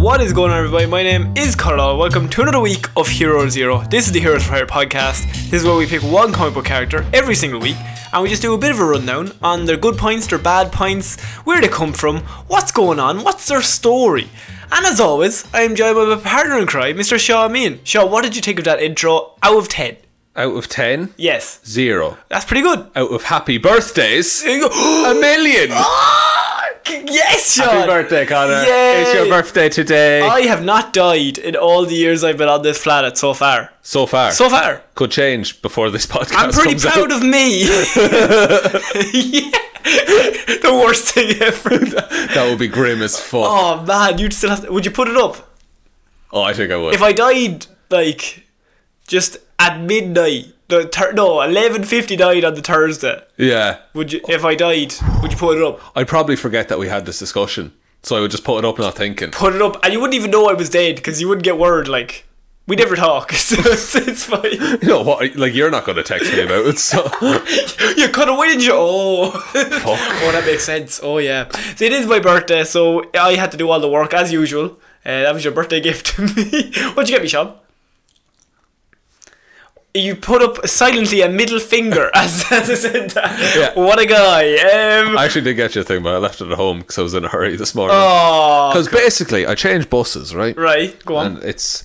What is going on, everybody? My name is Carlo. Welcome to another week of Hero Zero. This is the Heroes for Hire podcast. This is where we pick one comic book character every single week, and we just do a bit of a rundown on their good points, their bad points, where they come from, what's going on, what's their story. And as always, I am joined by my partner in crime, Mr. Shaw Mean. Shaw, what did you think of that intro out of 10? Out of 10, Yes, zero. that's pretty good. Out of happy birthdays, There you a go. million. yes, Shaw. Happy birthday, Connor. Oh, Yay. It's your birthday today. I have not died in all the years I've been on this planet so far. so far. So far. Could change before this podcast I'm pretty comes proud out. of me. Yeah. The worst thing ever. That would be grim as fuck. Oh, Oh man, you'd still have to, would you put it up? I think I would. If I died like just at midnight, the thir- no, eleven fifty nine on the Thursday. yeah. Would you if I died, would you put it up? I'd probably forget that we had this discussion. So I would just put it up not thinking. Put it up and you wouldn't even know I was dead because you wouldn't get word like we never talk, so it's, it's fine. You know what? Like, you're not going to text me about it, so. You could have win you. Oh, oh, that makes sense. Oh yeah. So it is my birthday, so I had to do all the work as usual. Uh, that was your birthday gift to me. What'd you get me, Sean? You put up silently a middle finger as, as I said that. Yeah. What a guy. Um, I actually did get you a thing, but I left it at home because I was in a hurry this morning. oh, Because basically, I changed buses, right? right. Go on. And it's.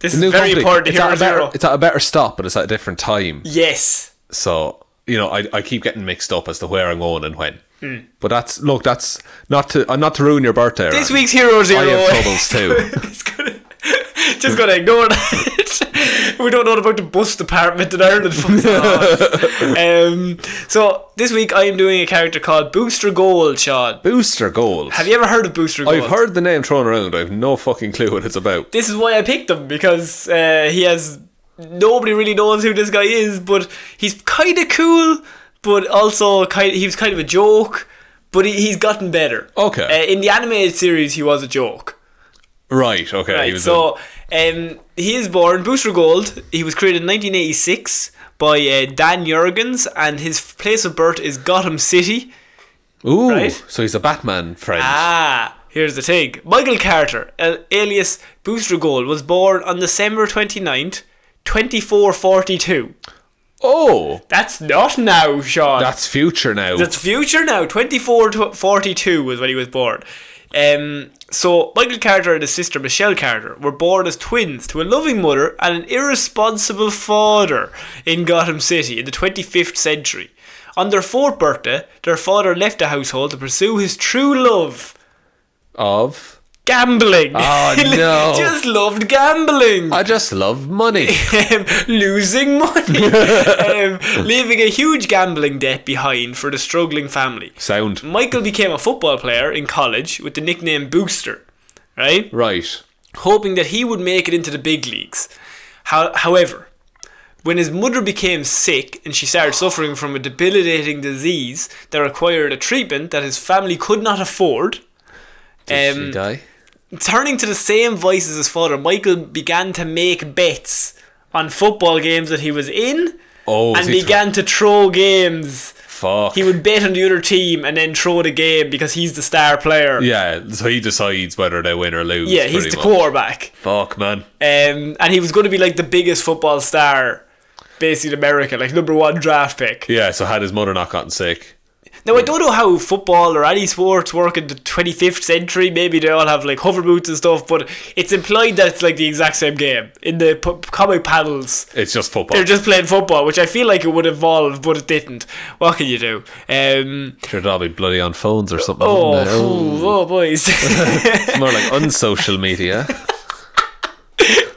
this the is new very company, important to it's at Hero a better- Zero. It's at a better stop, but it's at a different time. Yes. So you know, I, I keep getting mixed up as to where I'm going and when. Hmm. But that's look, that's not to uh, not to ruin your birthday. This Ryan. week's Hero Zero. I have troubles too. It's gonna, just gonna ignore that. we don't know about the bus department in Ireland. fucks off. um, so this week I am doing a character called Booster Gold, Sean. Booster goals. Have you ever heard of Booster Gold? I've heard the name thrown around. I've no fucking clue what it's about. This is why I picked him because uh, he has nobody really knows who this guy is, but he's kind of cool, but also kind he was kind of a joke. But he, he's gotten better. Okay. Uh, in the animated series, he was a joke. Right. Okay. he Right, was so um, he is born Booster Gold. He was created in 1986 by uh, Dan Jurgens, and his f- place of birth is Gotham City. a, ooh. right. So he's a Batman friend. Ah, here's the thing: Michael Carter, al- alias Booster Gold, was born on December 29th, 2442. oh, That's not now, Sean. that's future now. That's future now. 24 to 42 was when he was born. Um, so Michael Carter and his sister Michelle Carter were born as twins to a loving mother and an irresponsible father in Gotham City in the 25th century. On their fourth birthday, their father left the household to pursue his true love, of. gambling. Oh, no. Just loved gambling. I just love money. um, losing money, um, leaving a huge gambling debt behind for the struggling family. Sound. Michael became a football player in college with the nickname Booster, right? Right. Hoping that he would make it into the big leagues. How- however, when his mother became sick and she started suffering from a debilitating disease that required a treatment that his family could not afford, Did Um, she die? turning to the same vice as his father, Michael began to make bets on football games that he was in Oh, and is he began to throw games. Fuck. He would bet on the other team and then throw the game because he's the star player. yeah. So he decides whether they win or lose. Yeah, he's pretty the much. quarterback. Fuck, man. Um, and he was going to be like the biggest football star, basically in America, like number one draft pick. Yeah, so had his mother not gotten sick. Now, I don't know how football or any sports work in the 25th century. Maybe they all have like hover boots and stuff, but it's implied that it's like the exact same game. In the p- comic panels, It's just football. they're just playing football, which I feel like it would evolve, but it didn't. What can you do? Um, sure, they'll be bloody on phones or something. oh, wouldn't they? Oh, phew, oh, boys. it's more like unsocial media.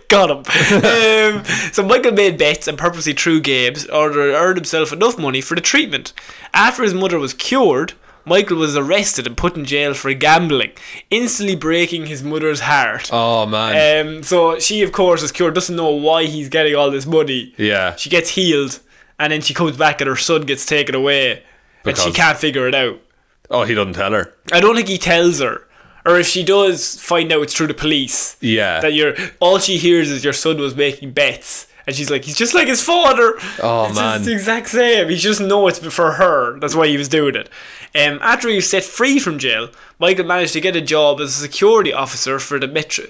Got him. um, so Michael made bets and purposely threw games in order to earn himself enough money for the treatment. After his mother was cured, Michael was arrested and put in jail for gambling, instantly breaking his mother's heart. Oh man, Um, so she, of course, is cured, doesn't know why he's getting all this money. yeah. She gets healed, and then she comes back and her son gets taken away, and Because- she can't figure it out. Oh, he doesn't tell her. I don't think he tells her, or if she does find out, it's through the police Yeah, that you're all she hears is your son was making bets and she's like, he's just like his father. Oh, it's man. just the exact same. He just know it's for her. That's why he was doing it. Um, after he was set free from jail, Michael managed to get a job as a security officer for the metro,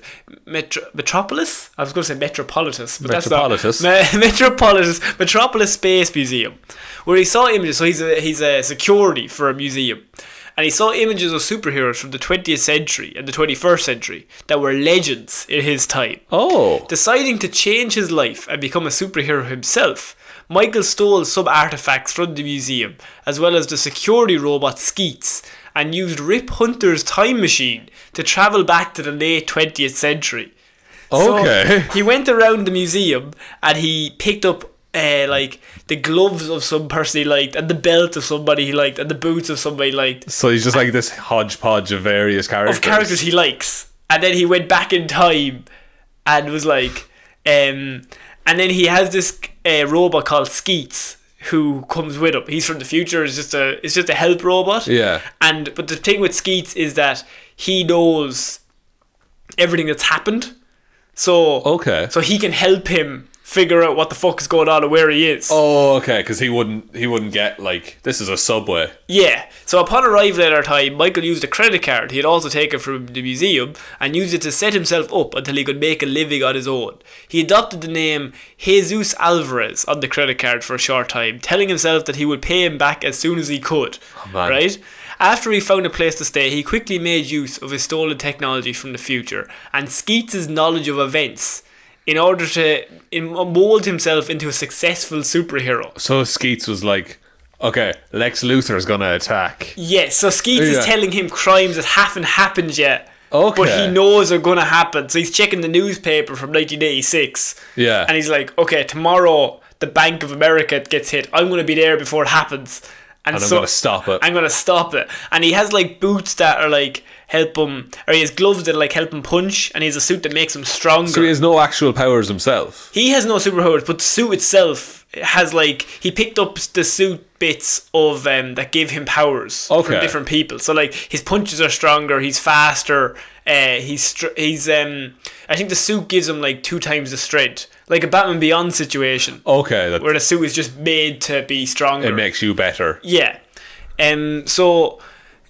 metro metropolis. I was going to say metropolitus, but Metropolitus. that's not me- metropolis metropolis space museum, where he saw images. So he's a, he's a security for a museum. And he saw images of superheroes from the 20th century and the 21st century that were legends in his time. Oh. Deciding to change his life and become a superhero himself, Michael stole some artifacts from the museum, as well as the security robot Skeets, and used Rip Hunter's time machine to travel back to the late 20th century. So, Okay. he went around the museum and he picked up uh, like the gloves of some person he liked, and the belt of somebody he liked, and the boots of somebody he liked, So he's just like this hodgepodge of various characters. of characters he likes. And then he went back in time and was like, um, and then he has this uh, robot called Skeets who comes with him. He's from the future. It's just a it's just a help robot. Yeah. And but the thing with Skeets is that he knows everything that's happened. So Okay. so he can help him figure out what the fuck is going on and where he is. oh, okay. Because he wouldn't. He wouldn't get like this is a subway. Yeah. So upon arrival at our time, Michael used a credit card he had also taken from the museum and used it to set himself up until he could make a living on his own. He adopted the name Jesus Alvarez on the credit card for a short time, telling himself that he would pay him back as soon as he could. man. Right? After he found a place to stay, he quickly made use of his stolen technology from the future and Skeets' knowledge of events in order to in- mold himself into a successful superhero. So Skeets was like, okay, Lex Luthor's gonna attack. Yes, so Skeets Yeah. is telling him crimes that haven't happened yet. Okay. But he knows are gonna happen. So he's checking the newspaper from 1986. Yeah. And he's like, okay, tomorrow the Bank of America gets hit. I'm gonna be there before it happens. And, And I'm so gonna stop it. I'm gonna stop it. And he has like boots that are like help him, or he has gloves that like help him punch, and he has a suit that makes him stronger. So he has no actual powers himself. He has no superpowers, but the suit itself has like he picked up the suit bits of um that give him powers Okay. from different people. So like his punches are stronger, he's faster. Uh, he's str- he's um I think the suit gives him like two times the strength, like a Batman Beyond situation Okay, that where the suit is just made to be stronger. Oh. it makes you better. yeah, um so.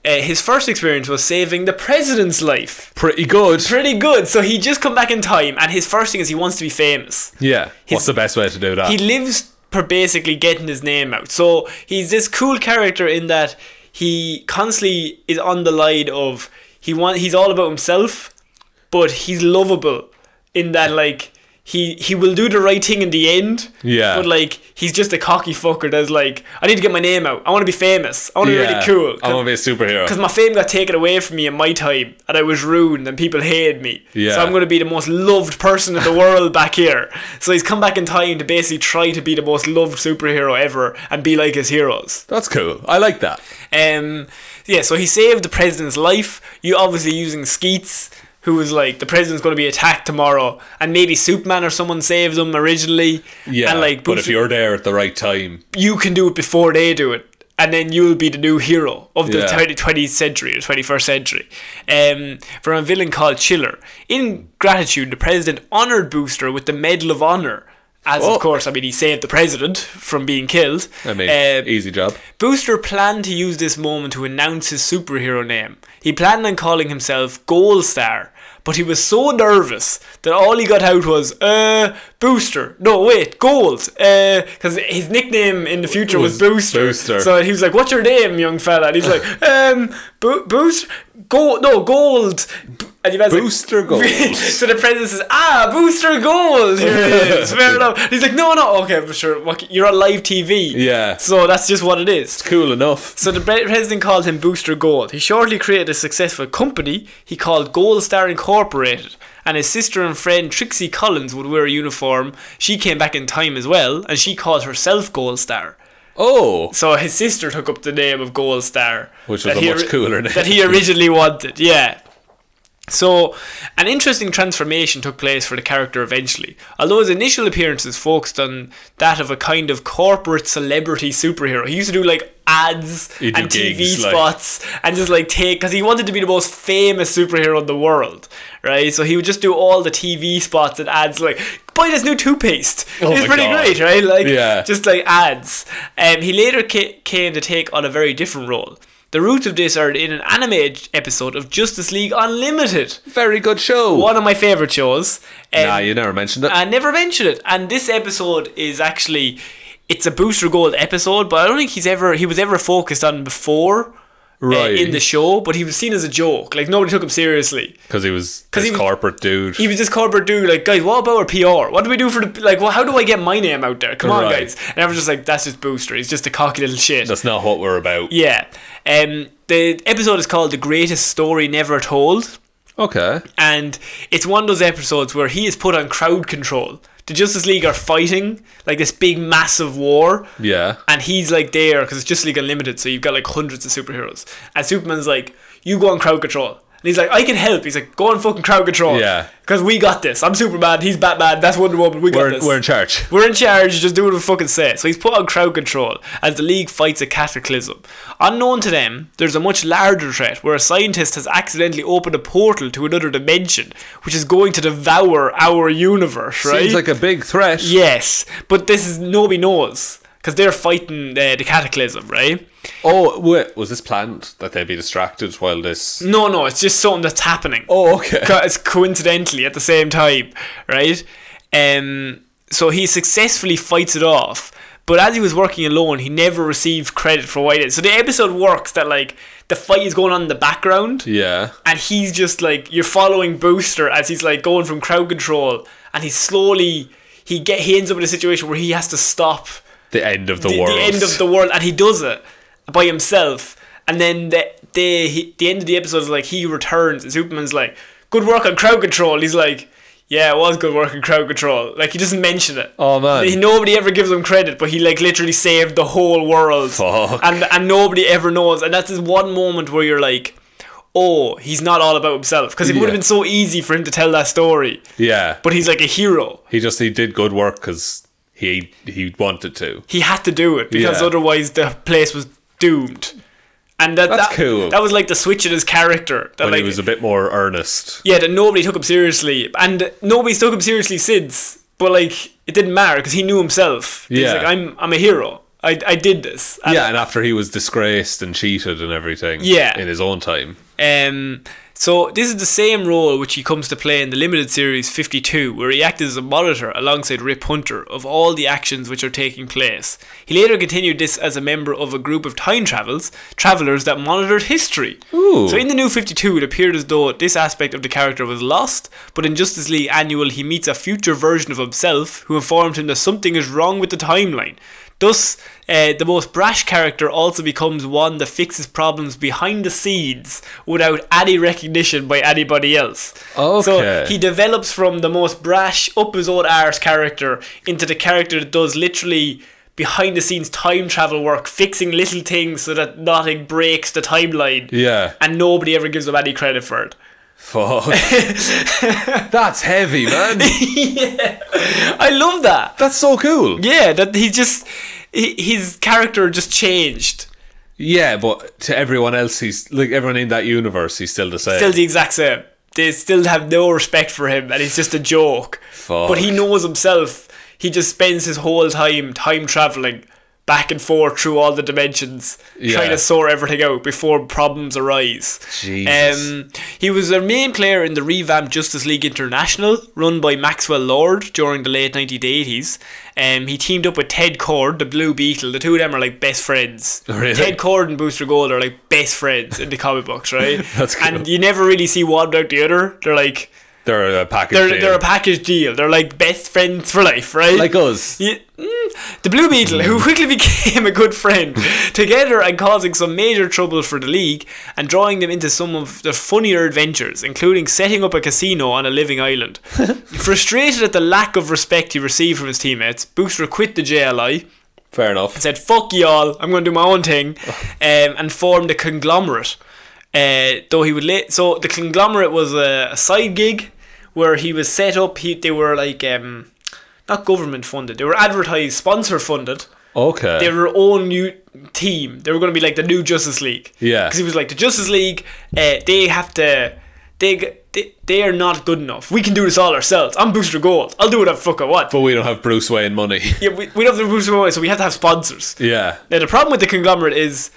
Uh, his first experience was saving the president's life. Pretty good. Pretty good. So he just come back in time, and his first thing is he wants to be famous. yeah. What's His- the best way to do that? he lives for basically getting his name out. So he's this cool character in that he constantly is on the line of he want he's all about himself, but he's lovable in that like he he will do the right thing in the end. Yeah. But like he's just a cocky fucker that's like I need to get my name out. I want to be famous. I want to yeah. Oh, be really cool. I want to be a superhero. Because my fame got taken away from me in my time, and I was ruined, and people hated me. Yeah. So I'm going to be the most loved person in the world back here. So he's come back in time to basically try to be the most loved superhero ever and be like his heroes. That's cool. I like that. Um, yeah, so he saved the president's life. You obviously using Skeets, who was like the president's going to be attacked tomorrow, and maybe Superman or someone saved him originally. Yeah. and like but Bruce- if you're there at the right time, you can do it before they do it and then you'll be the new hero of the Yeah. 20 20th century or 21st century um, from a villain called Chiller. In gratitude, the president honored Booster with the Medal of Honor. As Oh. of course, I mean, he saved the president from being killed. I mean, Uh, easy job. Booster planned to use this moment to announce his superhero name. He planned on calling himself Goal Star, but he was so nervous that all he got out was, uh, Booster. No, wait, Gold. Uh, because his nickname in the future was, Was Booster. Booster. So he was like, What's your name, young fella? And he's like, Um, Bo- Booster? Gold. No, Gold. And he was like- Booster Gold. so the president says, "Ah, Booster Gold, here it is." Fair enough. He's like, "No, no, okay, but sure. what- You're on live TV, Yeah. So that's just what it is." Cool enough. So the pre- president called him Booster Gold. He shortly created a successful company he called Gold Star Incorporated, and his sister and friend Trixie Collins would wear a uniform. She came back in time as well, and she called herself Gold Star. Oh, So his sister took up the name of Gold Star, Which was that a he much cooler name. that he originally wanted. Yeah. So, an interesting transformation took place for the character eventually. Although his initial appearances focused on that of a kind of corporate celebrity superhero, he used to do like ads He'd do and TV gigs, like- spots and just like take because he wanted to be the most famous superhero in the world, right? So he would just do all the TV spots and ads like. "Bu- buy this new toothpaste. Oh it's my pretty God. great, right? Like, Yeah. just like ads. Um, he later ca- came to take on a very different role. The roots of this are in an animated episode of Justice League Unlimited, Very good show. one of my favorite shows. Um, Nah, you never mentioned it. I never mentioned it. And this episode is actually it's a Booster Gold episode, but I don't think he's ever he was ever focused on before. uh, Right. in the show, but he was seen as a joke. Like nobody took him seriously. Because he was he this was- corporate dude. He was this corporate dude. Like, guys, what about our PR? What do we do for the like? Well, how do I get my name out there? Come on, Right. guys. And everyone's just like, that's just Booster. He's just a cocky little shit. That's not what we're about. yeah. Um. The episode is called "The Greatest Story Never Told." Okay. and it's one of those episodes where he is put on crowd control. The Justice League are fighting like this big massive war, Yeah. and he's like there because it's Justice League Unlimited, so you've got like hundreds of superheroes. And Superman's like, "You go on crowd control," and he's like, "I can help." He's like, "Go on fucking crowd control." Yeah. because we got this. I'm Superman. He's Batman. That's Wonder Woman. We got We're, this. we're in charge. We're in charge, just do what we fucking say. So he's put on crowd control as the league fights a cataclysm. Unknown to them, there's a much larger threat where a scientist has accidentally opened a portal to another dimension, which is going to devour our universe, right? Seems like a big threat. yes, but this is nobody knows because they're fighting uh, the cataclysm, right? Oh, wait. Was this planned that they'd be distracted while this. No, no, it's just something that's happening. Oh, okay. Co- it's coincidentally at the same time, right? Um, so he successfully fights it off, but as he was working alone, he never received credit for why it is. So the episode works that like the fight is going on in the background, Yeah. and he's just like you're following Booster as he's like going from crowd control, and he slowly he get he ends up in a situation where he has to stop The end of the, the, world. the end of the world, and he does it by himself. And then the the he, the end of the episode is like he returns, and Superman's like, "Good work on crowd control." He's like, "Yeah, it was good work on crowd control." Like he doesn't mention it. Oh, man. He- nobody ever gives him credit, but he like literally saved the whole world, Fuck. and and nobody ever knows. And that's this one moment where you're like. Oh, he's not all about himself because it would have Yeah. been so easy for him to tell that story. Yeah. But he's like a hero. He just he did good work because he he wanted to. he had to do it because Yeah. otherwise the place was doomed. And that, That's that cool. That was like the switch in his character. That When like, he was a bit more earnest. yeah, that nobody took him seriously, and nobody's took him seriously since. But like, it didn't matter because he knew himself. He was Yeah. like I'm I'm a hero. I I did this. And, Yeah, and after he was disgraced and cheated and everything. Yeah. In his own time. Um. So this is the same role which he comes to play in the limited series 52, where he acted as a monitor alongside Rip Hunter of all the actions which are taking place. He later continued this as a member of a group of time travels travelers that monitored history. Ooh. So in the new 52, it appeared as though this aspect of the character was lost, but in Justice League Annual, he meets a future version of himself who informed him that something is wrong with the timeline. Thus, uh, the most brash character also becomes one that fixes problems behind the scenes without any recognition by anybody else. So Okay. he develops from the most brash, up his own arse character into the character that does literally behind the scenes time travel work, fixing little things so that nothing breaks the timeline Yeah. and nobody ever gives them any credit for it. Fuck. That's heavy, man. yeah, I love that. That's so cool. Yeah, that he just he, his character just changed. Yeah, but to everyone else, he's like everyone in that universe, he's still the same. Still the exact same. They still have no respect for him, and he's just a joke. Fuck. But he knows himself. He just spends his whole time time traveling back and forth through all the dimensions, trying Yeah. to sort everything out before problems arise. Jesus. Um, he was a main player in the revamped Justice League International, run by Maxwell Lord during the late 1980s. Um, he teamed up with Ted Cord, the Blue Beetle. The two of them are like best friends. Really? Ted Cord and Booster Gold are like best friends in the comic books, right? That's cool. And you never really see one without the other. They're like they're a package. they're deal. they're a package deal. They're like best friends for life, right? like us. Yeah, mm, the Blue Beetle, who quickly became a good friend, together and causing some major trouble for the league and drawing them into some of their funnier adventures, including setting up a casino on a living island. Frustrated at the lack of respect he received from his teammates, Booster quit the JLI Fair enough. said fuck y'all i'm going to do my own thing um, and formed a conglomerate uh, though he would late so the conglomerate was a, a side gig where he was set up he, they were like um, not government funded they were advertised sponsor funded Okay. they were all new team they were going to be like the new justice league Yeah. because he was like the justice league uh, they have to they g- they, they are not good enough. We can do this all ourselves. I'm Booster Gold. I'll do whatever the fuck I want. But we don't have Bruce Wayne money. yeah, we, we don't have the Booster Gold, so we have to have sponsors. yeah. Now the problem with the conglomerate is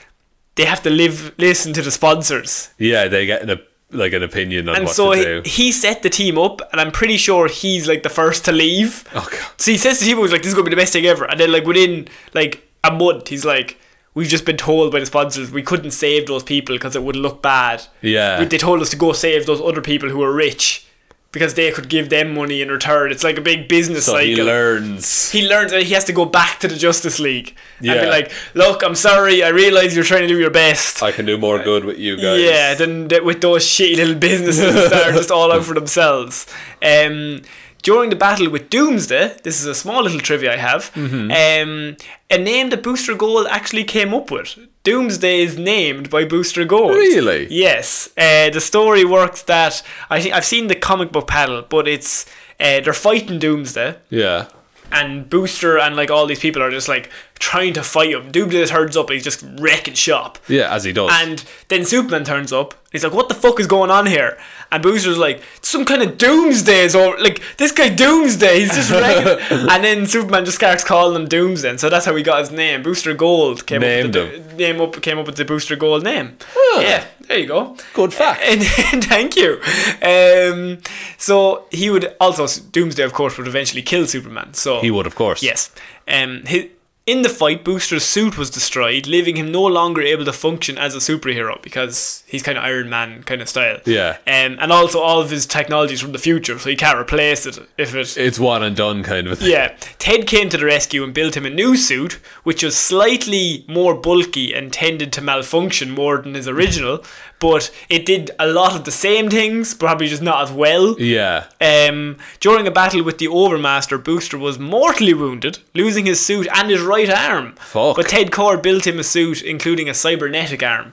they have to live listen to the sponsors. Yeah, they get an op- like an opinion on And what so to he, do. he set the team up, and I'm pretty sure he's like the first to leave. Oh, God. So he says to the team, he was like, "This is gonna be the best thing ever." And then like within like a month, he's like, "We've just been told by the sponsors we couldn't save those people because it would look bad." Yeah. They told us to go save those other people who are rich because they could give them money in return. It's like a big business So cycle he learns. he learns that he has to go back to the Justice League and Yeah. be like, "Look, I'm sorry. I realize you're trying to do your best." I can do more good with you guys. Yeah, then th- with those shitty little businesses that are just all out for themselves. Um, during the battle with Doomsday, this is a small little trivia I have. Mm-hmm. Um, a name that Booster Gold actually came up with. Doomsday is named by Booster Gold. Really? Yes. Uh, the story works that I think I've seen the comic book panel, but it's uh, they're fighting Doomsday Yeah. and Booster and like all these people are just like trying to fight him. Doomsday turns up and he's just wrecking shop. Yeah, as he does. And then Superman turns up. He's like, "What the fuck is going on here?" And Booster's like, "Some kind of Doomsday is over. Like this guy Doomsday. He's just wrecking." and then Superman just starts calling him Doomsday, and so that's how he got his name. Booster Gold came Named Ah. up with the, name up came up with the Booster Gold name. Yeah, there you go. Good fact. And, and thank you. Um, so he would also Doomsday, of course, would eventually kill Superman. So he would, of course. Yes. Um, hi in the fight, Booster's suit was destroyed, leaving him no longer able to function as a superhero because he's kind of Iron Man kind of style. Yeah. Um, and also all of his technologies from the future, so he can't replace it if it. It's one and done kind of a thing. yeah, Ted came to the rescue and built him a new suit, which was slightly more bulky and tended to malfunction more than his original, but it did a lot of the same things, probably just not as well. Yeah. Um, during a battle with the Overmaster, Booster was mortally wounded, losing his suit and his right arm. Fuck. But Ted Core built him a suit, including a cybernetic arm.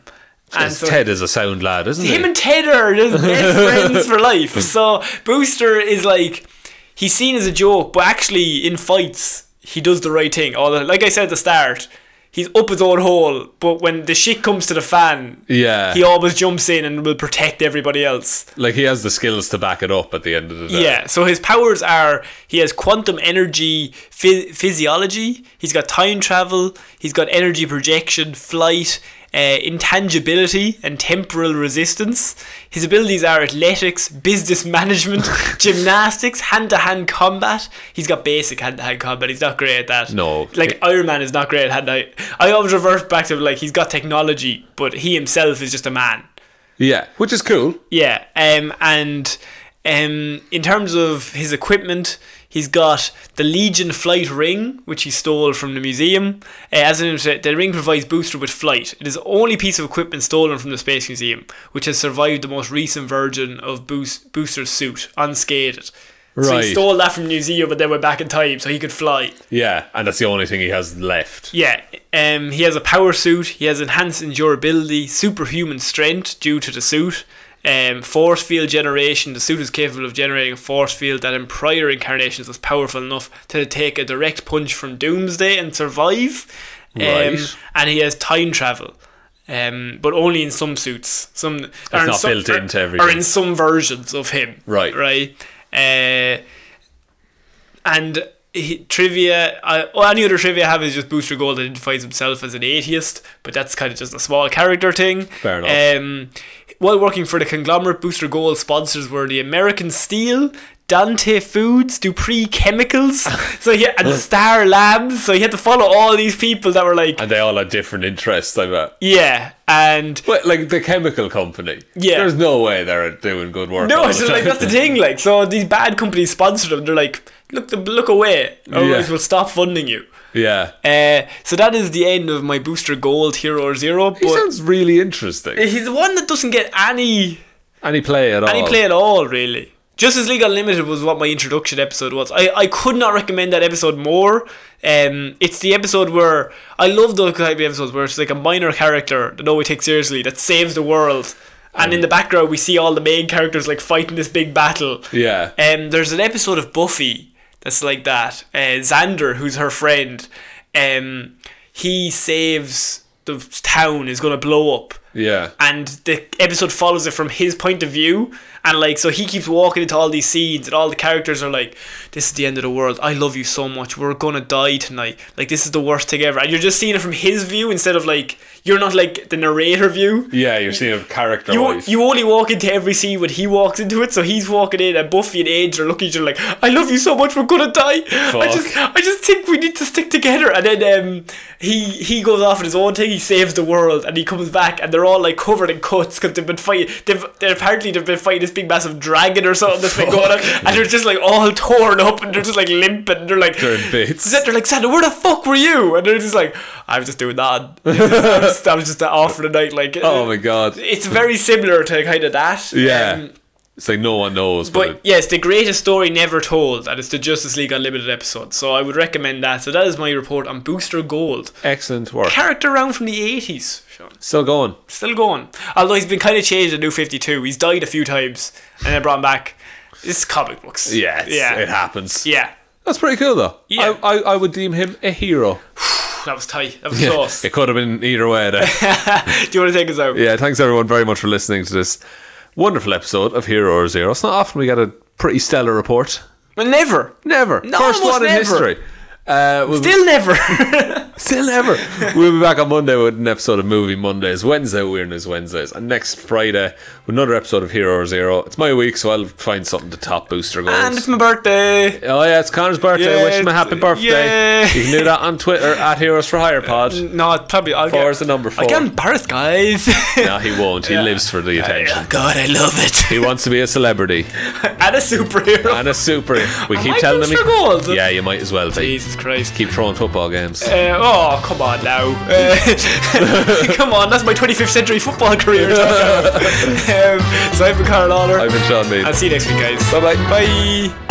And so Ted is a sound lad, isn't he? him and Ted are just best friends for life. So Booster is like he's seen as a joke, but actually in fights he does the right thing. Although, like I said at the start, he's up his own hole, but when the shit comes to the fan, yeah. he always jumps in and will protect everybody else. like he has the skills to back it up at the end of the day. Yeah, so his powers are he has quantum energy phy- physiology, he's got time travel, he's got energy projection, flight, uh, intangibility, and temporal resistance. His abilities are athletics, business management, gymnastics, hand to hand combat. He's got basic hand to hand combat, he's not great at that. No. Like Iron Man is not great at hand to I always revert back to like he's got technology, but he himself is just a man. Yeah. Which is cool. Yeah, um, and um, in terms of his equipment, he's got the Legion flight ring, which he stole from the museum. Uh, as an inter- the ring provides Booster with flight. It is the only piece of equipment stolen from the Space Museum, which has survived the most recent version of Boos- Booster's suit, unscathed. So Right. he stole that from the museum, but then went back in time so he could fly. Yeah. And that's the only thing he has left. Yeah, um, he has a power suit. He has enhanced endurability, superhuman strength due to the suit, um, force field generation. The suit is capable of generating a force field that, in prior incarnations, was powerful enough to take a direct punch from Doomsday and survive. Um, Right. And he has time travel. Um, but only in some suits. Some it's not built into Or everything. in some versions of him. Right. Right. Uh, and he, trivia, I, well, any other trivia I have is just Booster Gold identifies himself as an atheist, but that's kind of just a small character thing. Fair enough. Um, while working for the conglomerate, Booster Gold sponsors were the American Steel, Dante Foods, Dupree Chemicals, so he, and Star Labs. So he had to follow all these people that were like, And they all had different interests, I bet. yeah, and But like the chemical company. Yeah. There's no way they're doing good work. all No, the so like time. that's the thing. Like, so these bad companies sponsor them. They're like, look, look away. Otherwise, Yeah. we'll stop funding you. yeah. Uh, so that is the end of my booster gold hero or zero. But He sounds really interesting. he's the one that doesn't get any Any play at all? any play at all, really. Justice League Unlimited was what my introduction episode was. I, I could not recommend that episode more. Um, it's the episode where I love those type of episodes where it's like a minor character that nobody takes seriously that saves the world, and in the background we see all the main characters like fighting this big battle. Yeah. Um, there's an episode of Buffy that's like that. Uh, Xander, who's her friend, um, he saves the town is gonna blow up. Yeah. and the episode follows it from his point of view and like so he keeps walking into all these scenes and all the characters are like this is the end of the world i love you so much we're gonna die tonight like this is the worst thing ever and you're just seeing it from his view instead of like you're not like the narrator view Yeah, you're seeing a character you, wise. you only walk into every scene when he walks into it, so he's walking in, and Buffy and Edge are looking at you like, "I love you so much, we're gonna die." I Fuck. just, I just think we need to stick together. And then um, he he goes off on his own thing. He saves the world, and he comes back, and they're all like covered in cuts because they've been fighting. They've they're, apparently they've been fighting this big massive dragon or something that's been going on, and they're just like all torn up, and they're just like limping. And they're like They're in bits. They're like, "Sandra, where the fuck were you?" And they're just like, "I was just doing that. I was just, I was just off for the night." Like, oh my god. it's very similar to kind of that. Yeah. Um, it's like no one knows, but, but yes, the greatest story never told, and it's the Justice League Unlimited episode. So I would recommend that. So that is my report on Booster Gold. excellent work. Character round from the 80s, Sean. Still going. Still going. Although he's been kind of changed in New 52. He's died a few times, and then brought him back. It's comic books. Yeah, it's- Yeah. it happens. Yeah. That's pretty cool though. Yeah. I, I, I would deem him a hero. That was tight. That was Yeah, close. It could have been either way there. Do you want to take us out? yeah, thanks everyone very much for listening to this wonderful episode of Hero or Zero. It's not often we get a pretty stellar report. Well, never. Never. No, First almost one in never. history. Uh, we'll Still never. Still never. we'll be back on Monday with an episode of Movie Mondays, Wednesday Weirdness Wednesdays, and next Friday with another episode of Hero or Zero. It's my week, so I'll find something to top Booster Goals. and it's my birthday. oh yeah, it's Connor's birthday. Yeah, Wish him a happy it's- birthday. yeah. You can do that on Twitter at Heroes for Hire Pod. No, I'd probably. I'll Four get, is the number I get four. embarrassed, guys. no, he won't. He lives for the attention. Oh God, I love it. He wants to be a celebrity and a superhero. and a super. We Am keep I telling him. Booster Gold? Yeah, you might as well be. Jesus Christ. Keep throwing football games. Uh, oh, come on now. Uh, come on, that's my 25th century football career. Tom. um, so I've been Carl Lawler. I've been Sean Mead. I'll see you next week, guys. Bye bye. Bye.